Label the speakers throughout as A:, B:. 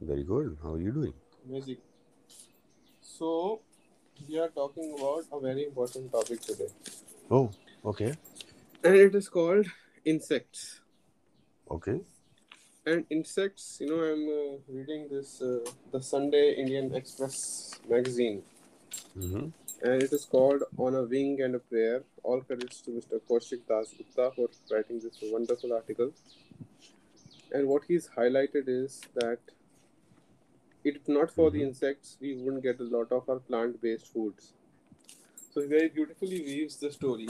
A: Very good. How are you doing?
B: Music. So, we are talking about a very important topic today,
A: Oh, okay.
B: and it is called insects.
A: Okay.
B: And insects, you know, I'm uh, reading this uh, the Sunday Indian Express magazine,
A: Mm-hmm.
B: and it is called "On a Wing and a Prayer." All credits to Mr. Kaushik Das Gupta for writing this wonderful article. And what he's highlighted is that if not for the
A: Mhm.
B: insects, we wouldn't get a lot of our plant-based foods. So he very beautifully weaves the story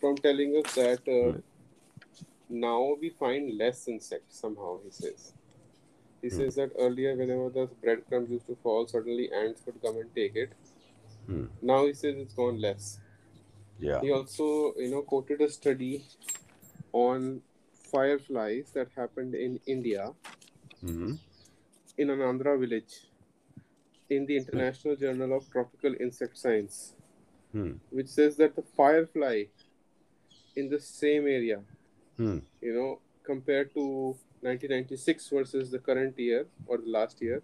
B: from telling us that uh, now we find less insects somehow. He says. He
A: Hmm.
B: says that earlier, whenever the breadcrumbs used to fall, suddenly ants would come and take it.
A: Hmm.
B: Now he says it's gone less.
A: Yeah.
B: He also, you know, quoted a study on fireflies that happened in India
A: Mm-hmm.
B: in an Andhra village in the International Journal of Tropical Insect Science,
A: Hmm.
B: which says that the firefly in the same area,
A: Hmm.
B: you know, compared to 1996 versus the current year or the last year,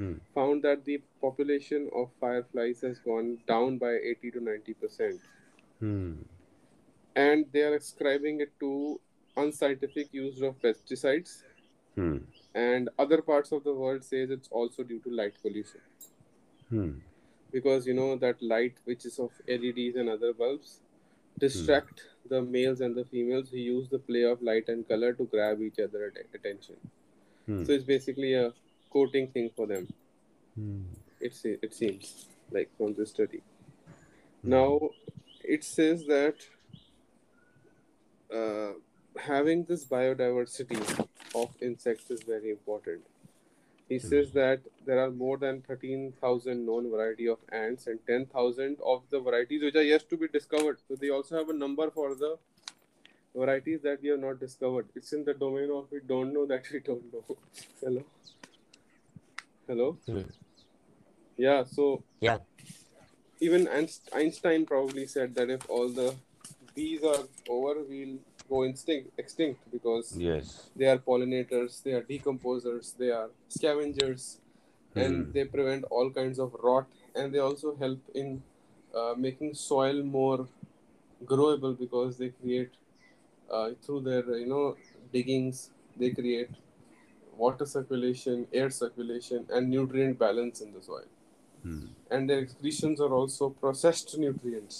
A: Hmm.
B: found that the population of fireflies has gone down by 80 to 90 percent.
A: Hmm.
B: and they are ascribing it to unscientific use of pesticides
A: Hmm.
B: and other parts of the world says it's also due to light pollution
A: Hmm.
B: because you know that light which is of leds and other bulbs distract the males and the females who use the play of light and color to grab each other at- attention
A: Hmm.
B: so it's basically a coating thing for them
A: Hmm.
B: it, se- it seems like from this study
A: Mm-hmm.
B: now it says that uh, having this biodiversity of insects is very important. He says that there are more than 13,000 known variety of ants and 10,000 of the varieties which are yet to be discovered. So they also have a number for the varieties that we have not discovered. It's in the domain of we don't know that we don't know. Hello? Hello?
C: Hmm.
B: Yeah, so
C: Yeah.
B: even Einst- Einstein probably said that if all the bees are over, we'll go instinct, extinct because
A: Yes.
B: they are pollinators, they are decomposers, they are scavengers, and
A: Hmm.
B: they prevent all kinds of rot. And they also help in uh, making soil more growable because they create uh, through their you know diggings they create water circulation, air circulation, and nutrient balance in the soil.
A: Hmm.
B: And their excretions are also processed nutrients.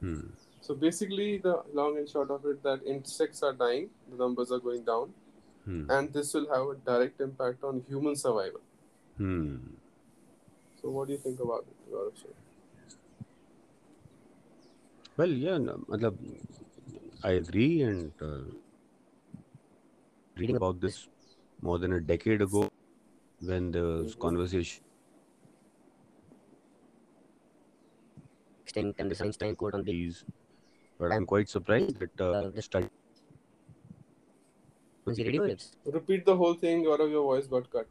A: Hmm.
B: So basically, the long and short of it that insects are dying, the numbers are going down,
A: Hmm.
B: and this will have a direct impact on human survival.
A: Hmm.
B: So, what do you think about it, Gaurav sir?
A: Well, yeah. no, matlab, I agree, and uh, reading about this more than a decade ago, when there was
C: Mm-hmm.
B: Mhm.
A: conversation.
C: Extinct and the science time quote on the
A: these, but I'm quite surprised that uh, the study.
C: frequency radio waves.
B: Repeat the whole thing, Gaurav, your voice got cut.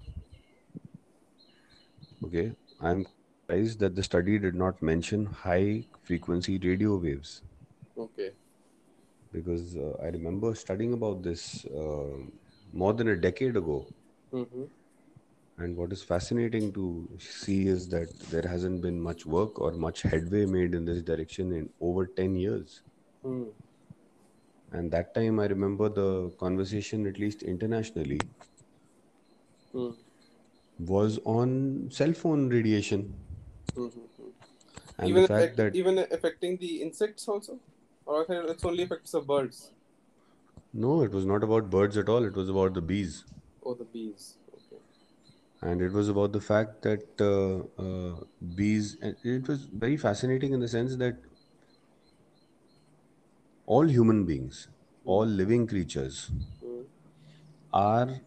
A: Okay, I'm surprised that the study did not mention high frequency radio waves
B: Okay.
A: because uh, I remember studying about this uh, more than a decade ago.
B: Mm-hmm.
A: And what is fascinating to see is that there hasn't been much work or much headway made in this direction in over 10 years.
B: Hmm.
A: And that time, I remember the conversation, at least internationally,
B: Hmm.
A: was on cell phone radiation
B: Hmm. Hmm. Hmm.
A: and
B: Even
A: the fact
B: affect,
A: that
B: even affecting the insects also, or I think it's only affects the birds
A: no, it was not about birds at all, it was about the bees.
B: or Oh, the bees. Okay.
A: and it was about the fact that uh, uh, bees and it was very fascinating in the sense that all human beings all living creatures
B: Hmm.
A: are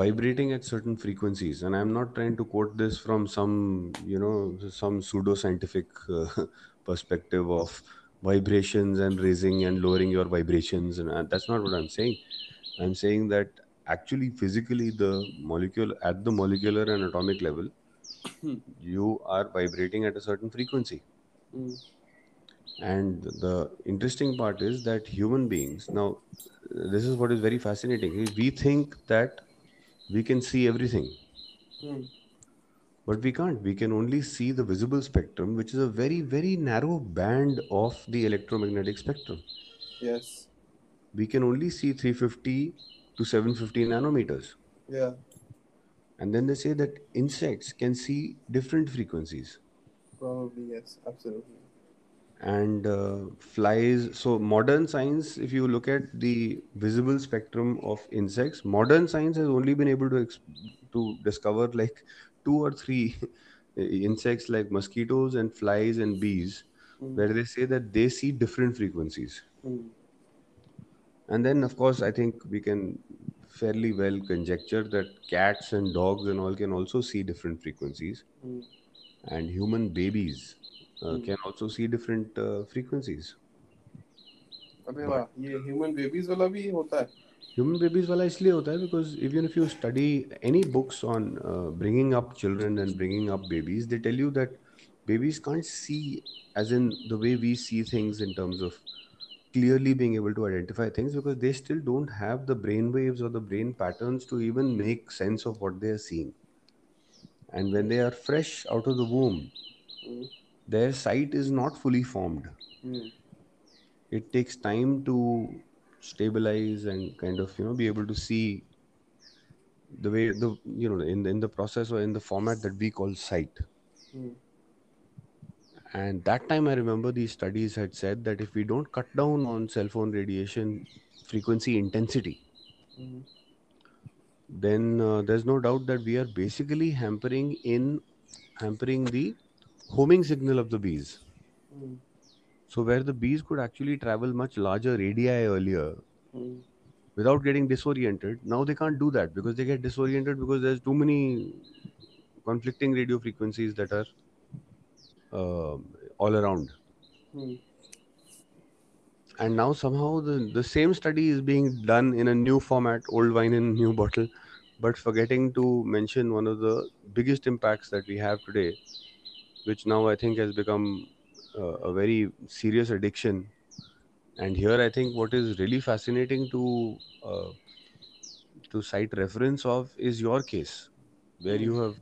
A: vibrating at certain frequencies and i'm not trying to quote this from some you know some pseudo scientific uh, perspective of vibrations and raising and lowering your vibrations and uh, that's not what i'm saying i'm saying that actually physically the molecule at the molecular and atomic level you are vibrating at a certain frequency
B: Hmm.
A: and the interesting part is that human beings now this is what is very fascinating is we think that we can see everything
B: Hmm.
A: but we can't we can only see the visible spectrum which is a very very narrow band of the electromagnetic spectrum
B: Yes.
A: we can only see 350 to 750 nanometers
B: Yeah.
A: and then they say that insects can see different frequencies
B: Probably yes. Absolutely.
A: and uh, flies so modern science if you look at the visible spectrum of insects modern science has only been able to ex- to discover like two or three insects like mosquitoes and flies and bees
B: Hmm.
A: where they say that they see different frequencies
B: Hmm.
A: and then of course i think we can fairly well conjecture that cats and dogs and all can also see different frequencies
B: Hmm.
A: and human babies uh, can also see different uh, frequencies
B: अबे वाह ये human babies वाला भी होता है
A: human babies wala इसलिए होता है because even if you study any books on uh, bringing up children and bringing up babies they tell you that babies can't see as in the way we see things in terms of clearly being able to identify things because they still don't have the brain waves or the brain patterns to even make sense of what they are seeing and when they are fresh out of the womb their sight is not fully formed
B: Hmm.
A: it takes time to stabilize and kind of you know be able to see the way the you know in the, in the process or in the format that we call sight
B: Hmm.
A: and that time i remember these studies had said that if we don't cut down on cell phone radiation frequency intensity
B: Hmm.
A: then uh, there's no doubt that we are basically hampering in hampering the homing signal of the bees
B: Hmm.
A: so where the bees could actually travel much larger radii earlier
B: Hmm.
A: without getting disoriented now they can't do that because they get disoriented because there's too many conflicting radio frequencies that are uh, all around
B: Hmm.
A: and now somehow the, the same study is being done in a new format old wine in new bottle but forgetting to mention one of the biggest impacts that we have today which now i think has become uh, a very serious addiction and here i think what is really fascinating to uh, to cite reference of is your case where you have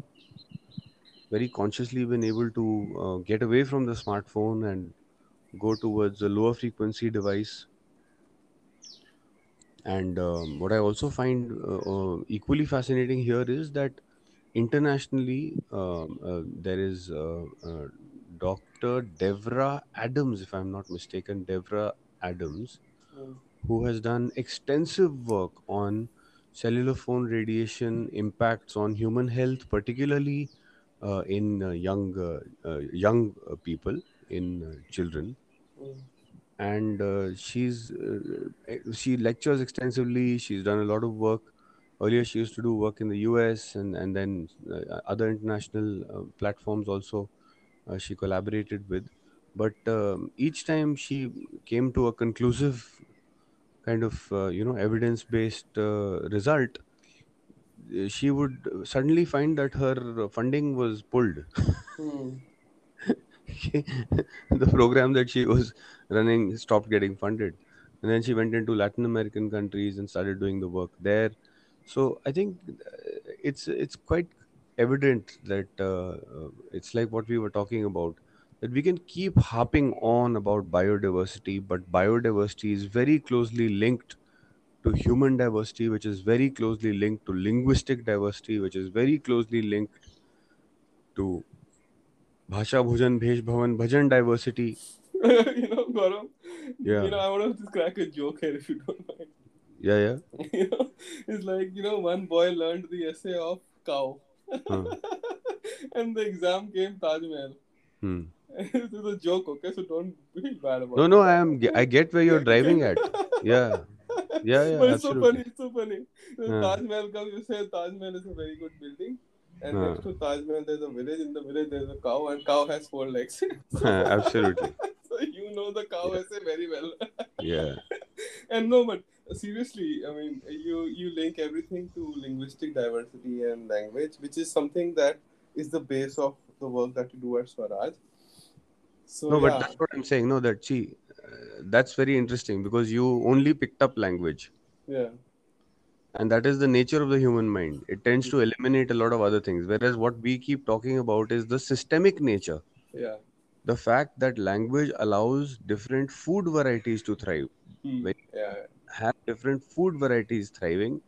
A: very consciously been able to uh, get away from the smartphone and go towards a lower frequency device and um, what i also find uh, uh, equally fascinating here is that internationally um, uh, there is uh, uh, dr devra adams if i'm not mistaken devra adams
B: Hmm.
A: who has done extensive work on cellular phone radiation impacts on human health, particularly uh, in uh, young uh, uh, young uh, people, in uh, children.
B: Hmm.
A: And uh, she's uh, eh, she lectures extensively. She's done a lot of work. Earlier, she used to do work in the U.S. and and then uh, other international uh, platforms also uh, she collaborated with. But um, each time she came to a conclusive kind of uh, you know evidence based uh, result uh, she would suddenly find that her funding was pulled
B: Hmm.
A: the program that she was running stopped getting funded and then she went into latin american countries and started doing the work there so i think uh, it's it's quite evident that uh, uh, it's like what we were talking about that we can keep harping on about biodiversity but biodiversity is very closely linked to human diversity, which is very closely linked to linguistic diversity, which is very closely linked to Bhasha Bhujan, Bhesh Bhavan, Bhajan diversity.
B: you know, Gaurav,
A: Yeah.
B: you know, I want to just crack a joke here if you don't mind.
A: Yeah, yeah.
B: You know, it's like, you know, one boy learned the essay of cow.
A: Huh.
B: and the exam came Taj Mahal.
A: Hmm.
B: this is a joke, okay? So don't feel bad about
A: No,
B: it.
A: no, I am. I get where you're driving at. Yeah, yeah, yeah.
B: but it's so funny,
A: absolutely.
B: it's so funny. So
A: Yeah.
B: Taj Mahal comes, you say Taj Mahal is a very good building. And
A: Yeah.
B: next to Taj Mahal, there's a village. In the village, there's a cow, and cow has four legs.
A: absolutely.
B: so you know the cow essay very well.
A: Yeah.
B: and no, but seriously, I mean, you you link everything to linguistic diversity and language, which is something that is the base of the work that you do at Swaraj. So
A: No, but
B: yeah,
A: that's what I'm saying. No, that see, uh, that's very interesting because you only picked up language.
B: yeah,
A: and that is the nature of the human mind it tends to eliminate a lot of other things whereas what we keep talking about is the systemic nature
B: Yeah.
A: the fact that language allows different food varieties to thrive
B: Hmm, Yeah.
A: have different food varieties thriving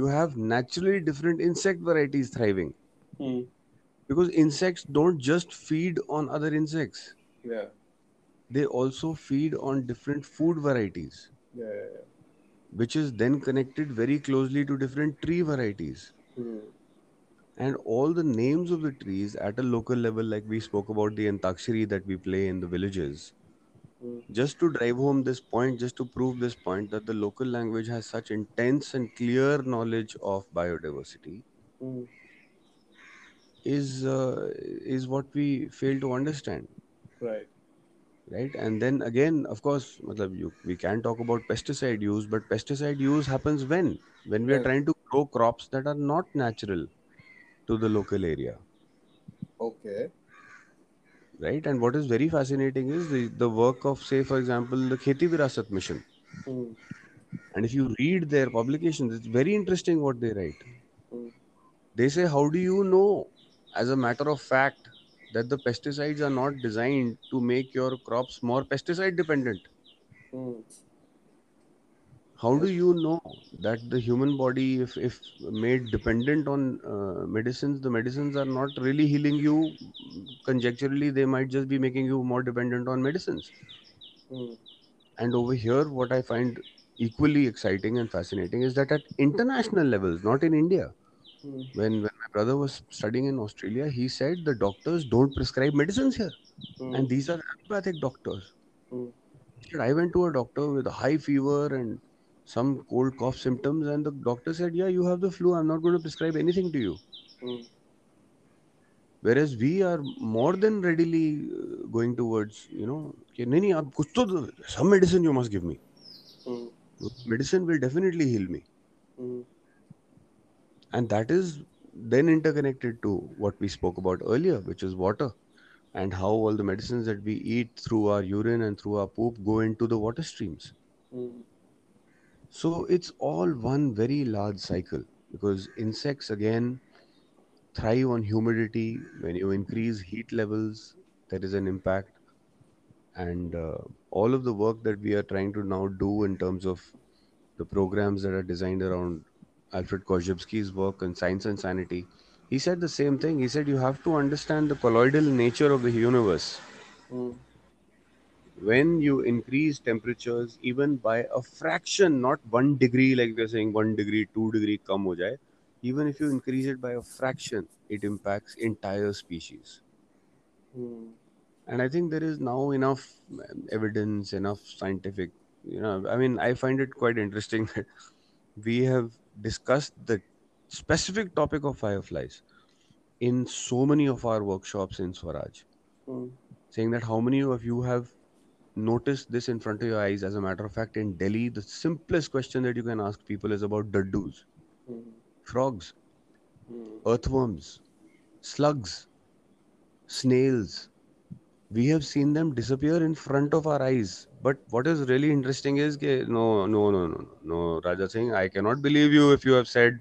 A: you have naturally different insect varieties thriving
B: Hmm.
A: because insects don't just feed on other insects
B: Yeah.
A: they also feed on different food varieties
B: Yeah. Yeah. yeah.
A: which is then connected very closely to different tree varieties
B: Hmm.
A: and all the names of the trees at a local level like we spoke about the antakshari that we play in the villages
B: Hmm.
A: just to drive home this point just to prove this point that the local language has such intense and clear knowledge of biodiversity
B: Hmm.
A: is uh, is what we fail to understand
B: Right.
A: right and then again of course matlab, you, we can talk about pesticide use but pesticide use happens when when we are
B: When?
A: trying to grow crops that are not natural to the local area
B: Okay.
A: right and what is very fascinating is the, the work of say for example the kheti virasat mission
B: Hmm.
A: and if you read their publications it's very interesting what they write
B: Hmm.
A: they say how do you know as a matter of fact that the pesticides are not designed to make your crops more pesticide dependent
B: Hmm.
A: how do you know that the human body if, if made dependent on uh, medicines the medicines are not really healing you conjecturally they might just be making you more dependent on medicines
B: Hmm.
A: and over here what i find equally exciting and fascinating is that at international levels not in india
B: Hmm.
A: when, when my brother was studying in australia he said the doctors don't prescribe medicines here
B: Hmm.
A: and these are allopathic doctors
B: Hmm.
A: He said, i went to a doctor with a high fever and some cold cough symptoms and the doctor said yeah you have the flu i'm not going to prescribe anything to you
B: Hmm.
A: whereas we are more than readily uh, going towards you know कि नहीं नहीं आप कुछ तो दो, some medicine you must give me
B: Hmm.
A: medicine will definitely heal me
B: Hmm.
A: and that is then interconnected to what we spoke about earlier which is water and how all the medicines that we eat through our urine and through our poop go into the water streams
B: Hmm.
A: so it's all one very large cycle because insects again thrive on humidity when you increase heat levels there is an impact and uh, all of the work that we are trying to now do in terms of the programs that are designed around Alfred Korzybski's work on science and sanity, he said the same thing. He said you have to understand the colloidal nature of the universe.
B: Hmm.
A: When you increase temperatures even by a fraction, not one degree, like they're saying one degree, two degree, kam ho jaye, even if you increase it by a fraction, it impacts entire species.
B: Hmm.
A: and i think there is now enough um, evidence enough scientific you know i mean i find it quite interesting that we have discussed the specific topic of fireflies in so many of our workshops in swaraj
B: Hmm.
A: saying that how many of you have noticed this in front of your eyes as a matter of fact in delhi the simplest question that you can ask people is about daddus
B: Hmm.
A: frogs
B: Hmm.
A: earthworms slugs snails we have seen them disappear in front of our eyes but what is really interesting is that no no no no no raja singh i cannot believe you if you have said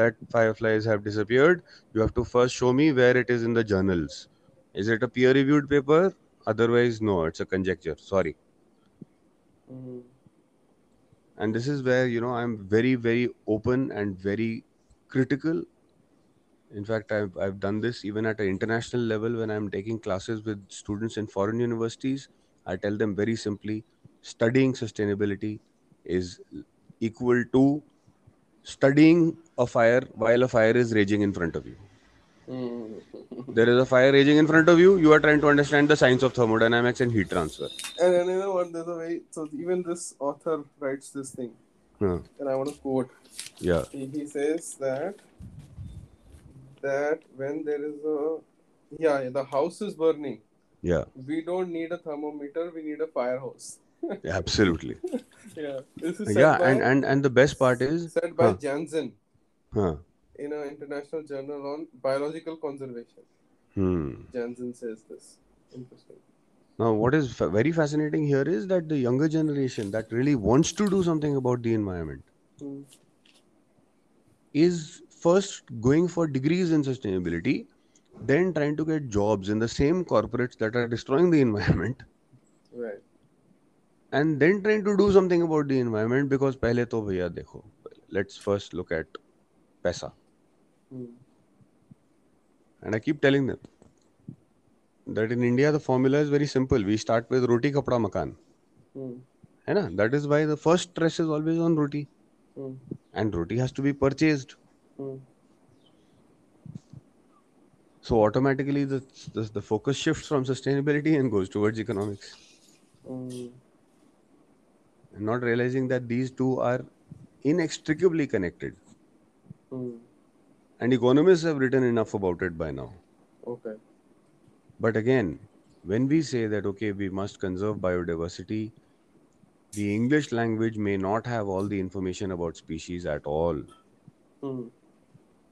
A: that fireflies have disappeared you have to first show me where it is in the journals is it a peer reviewed paper otherwise no it's a conjecture sorry
B: Hmm.
A: and this is where you know i'm very very open and very critical in fact I've, I've done this even at an international level when i'm taking classes with students in foreign universities i tell them very simply studying sustainability is equal to studying a fire while a fire is raging in front of you
B: Hmm.
A: there is a fire raging in front of you you are trying to understand the science of thermodynamics and heat transfer
B: And, and you know what? There's a way. So even this author writes this thing,
A: Huh,
B: and I want to quote.
A: yeah
B: He, he says that that when there is a yeah, yeah, the house is burning.
A: yeah
B: We don't need a thermometer. We need a fire hose.
A: absolutely
B: Yeah, this is said
A: yeah
B: by
A: and and and the best part is
B: said by
A: huh,
B: Janssen
A: huh,
B: in an international journal on biological conservation.
A: hmm.
B: Janssen says this. Interesting.
A: Now, what is fa- very fascinating here is that the younger generation that really wants to do something about the environment,
B: Hmm.
A: is first going for degrees in sustainability, then trying to get jobs in the same corporates that are destroying the environment,
B: right
A: and then trying to do something about the environment because पहले तो भैया देखो, let's first look at पैसा.
B: Hmm.
A: And I keep telling them that in India the formula is very simple. We start with roti kapda makan.
B: Hmm.
A: है ना? That is why the first stress is always on roti.
B: Hmm.
A: And roti has to be purchased.
B: Hmm.
A: So automatically the, the the focus shifts from sustainability and goes towards economics.
B: Hmm.
A: And not realizing that these two are inextricably connected.
B: Hmm.
A: And economists have written enough about it by now.
B: okay
A: But again, when we say that, okay, we must conserve biodiversity, the English language may not have all the information about species at all.
B: Hmm.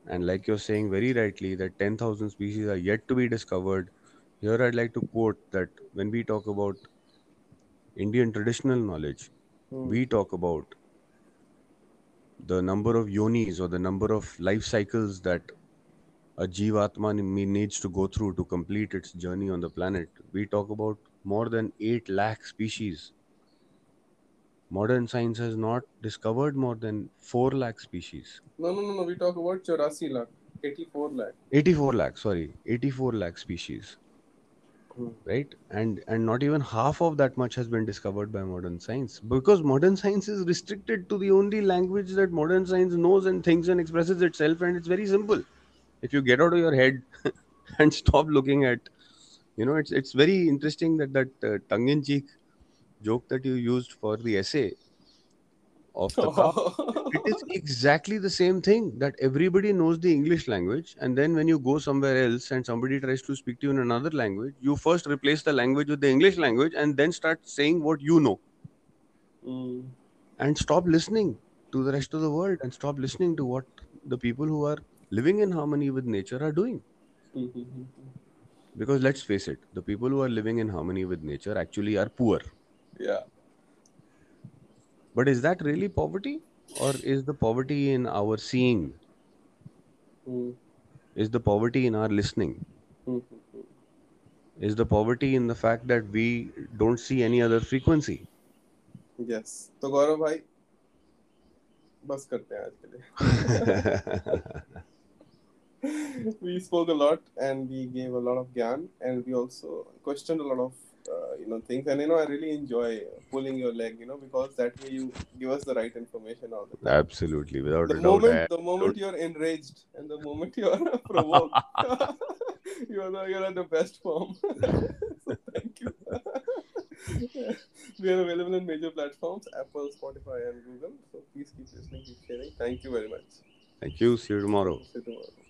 A: And like you're saying very rightly, that 10,000 species are yet to be discovered. Here, I'd like to quote that when we talk about Indian traditional knowledge,
B: Hmm.
A: we talk about the number of yonis or the number of life cycles that a jivatma ne- me- needs to go through to complete its journey on the planet. We talk about more than 8 lakh species. Modern science has not discovered more than 4 lakh species.
B: no no no no we talk about 84 lakh 84 lakh
A: 84 lakh, sorry, 84 lakh species,
B: Hmm.
A: right? And and not even half of that much has been discovered by modern science because modern science is restricted to the only language that modern science knows and thinks and expresses itself and it's very simple. If you get out of your head and stop looking at you know it's it's very interesting that that uh, tongue in cheek joke that you used for the essay of the cup it is exactly the same thing that everybody knows the english language and then when you go somewhere else and somebody tries to speak to you in another language you first replace the language with the english language and then start saying what you know
B: Hmm.
A: and stop listening to the rest of the world and stop listening to what the people who are living in harmony with nature are doing
B: Hmm, hmm, hmm, hmm.
A: because let's face it the people who are living in harmony with nature actually are poor
B: yeah
A: But is that really poverty? Or is the poverty in our seeing?
B: Hmm.
A: Is the poverty in our listening?
B: Hmm, hmm, hmm.
A: Is the poverty in the fact that we don't see any other frequency?
B: yes तो गौरव भाई बस करते हैं आज के लिए we spoke a lot and we gave a lot of gyan and we also questioned a lot of uh, you know things and you know i really enjoy pulling your leg you know because that way you give us the right information all the time
A: Absolutely, without
B: the
A: a doubt.
B: moment
A: I-
B: the moment you're enraged and the moment you're provoked you're the, you're at the best form so thank you we are available in major platforms apple spotify and google so please keep listening keep sharing thank you very much
A: Thank you. See you tomorrow.
B: see you tomorrow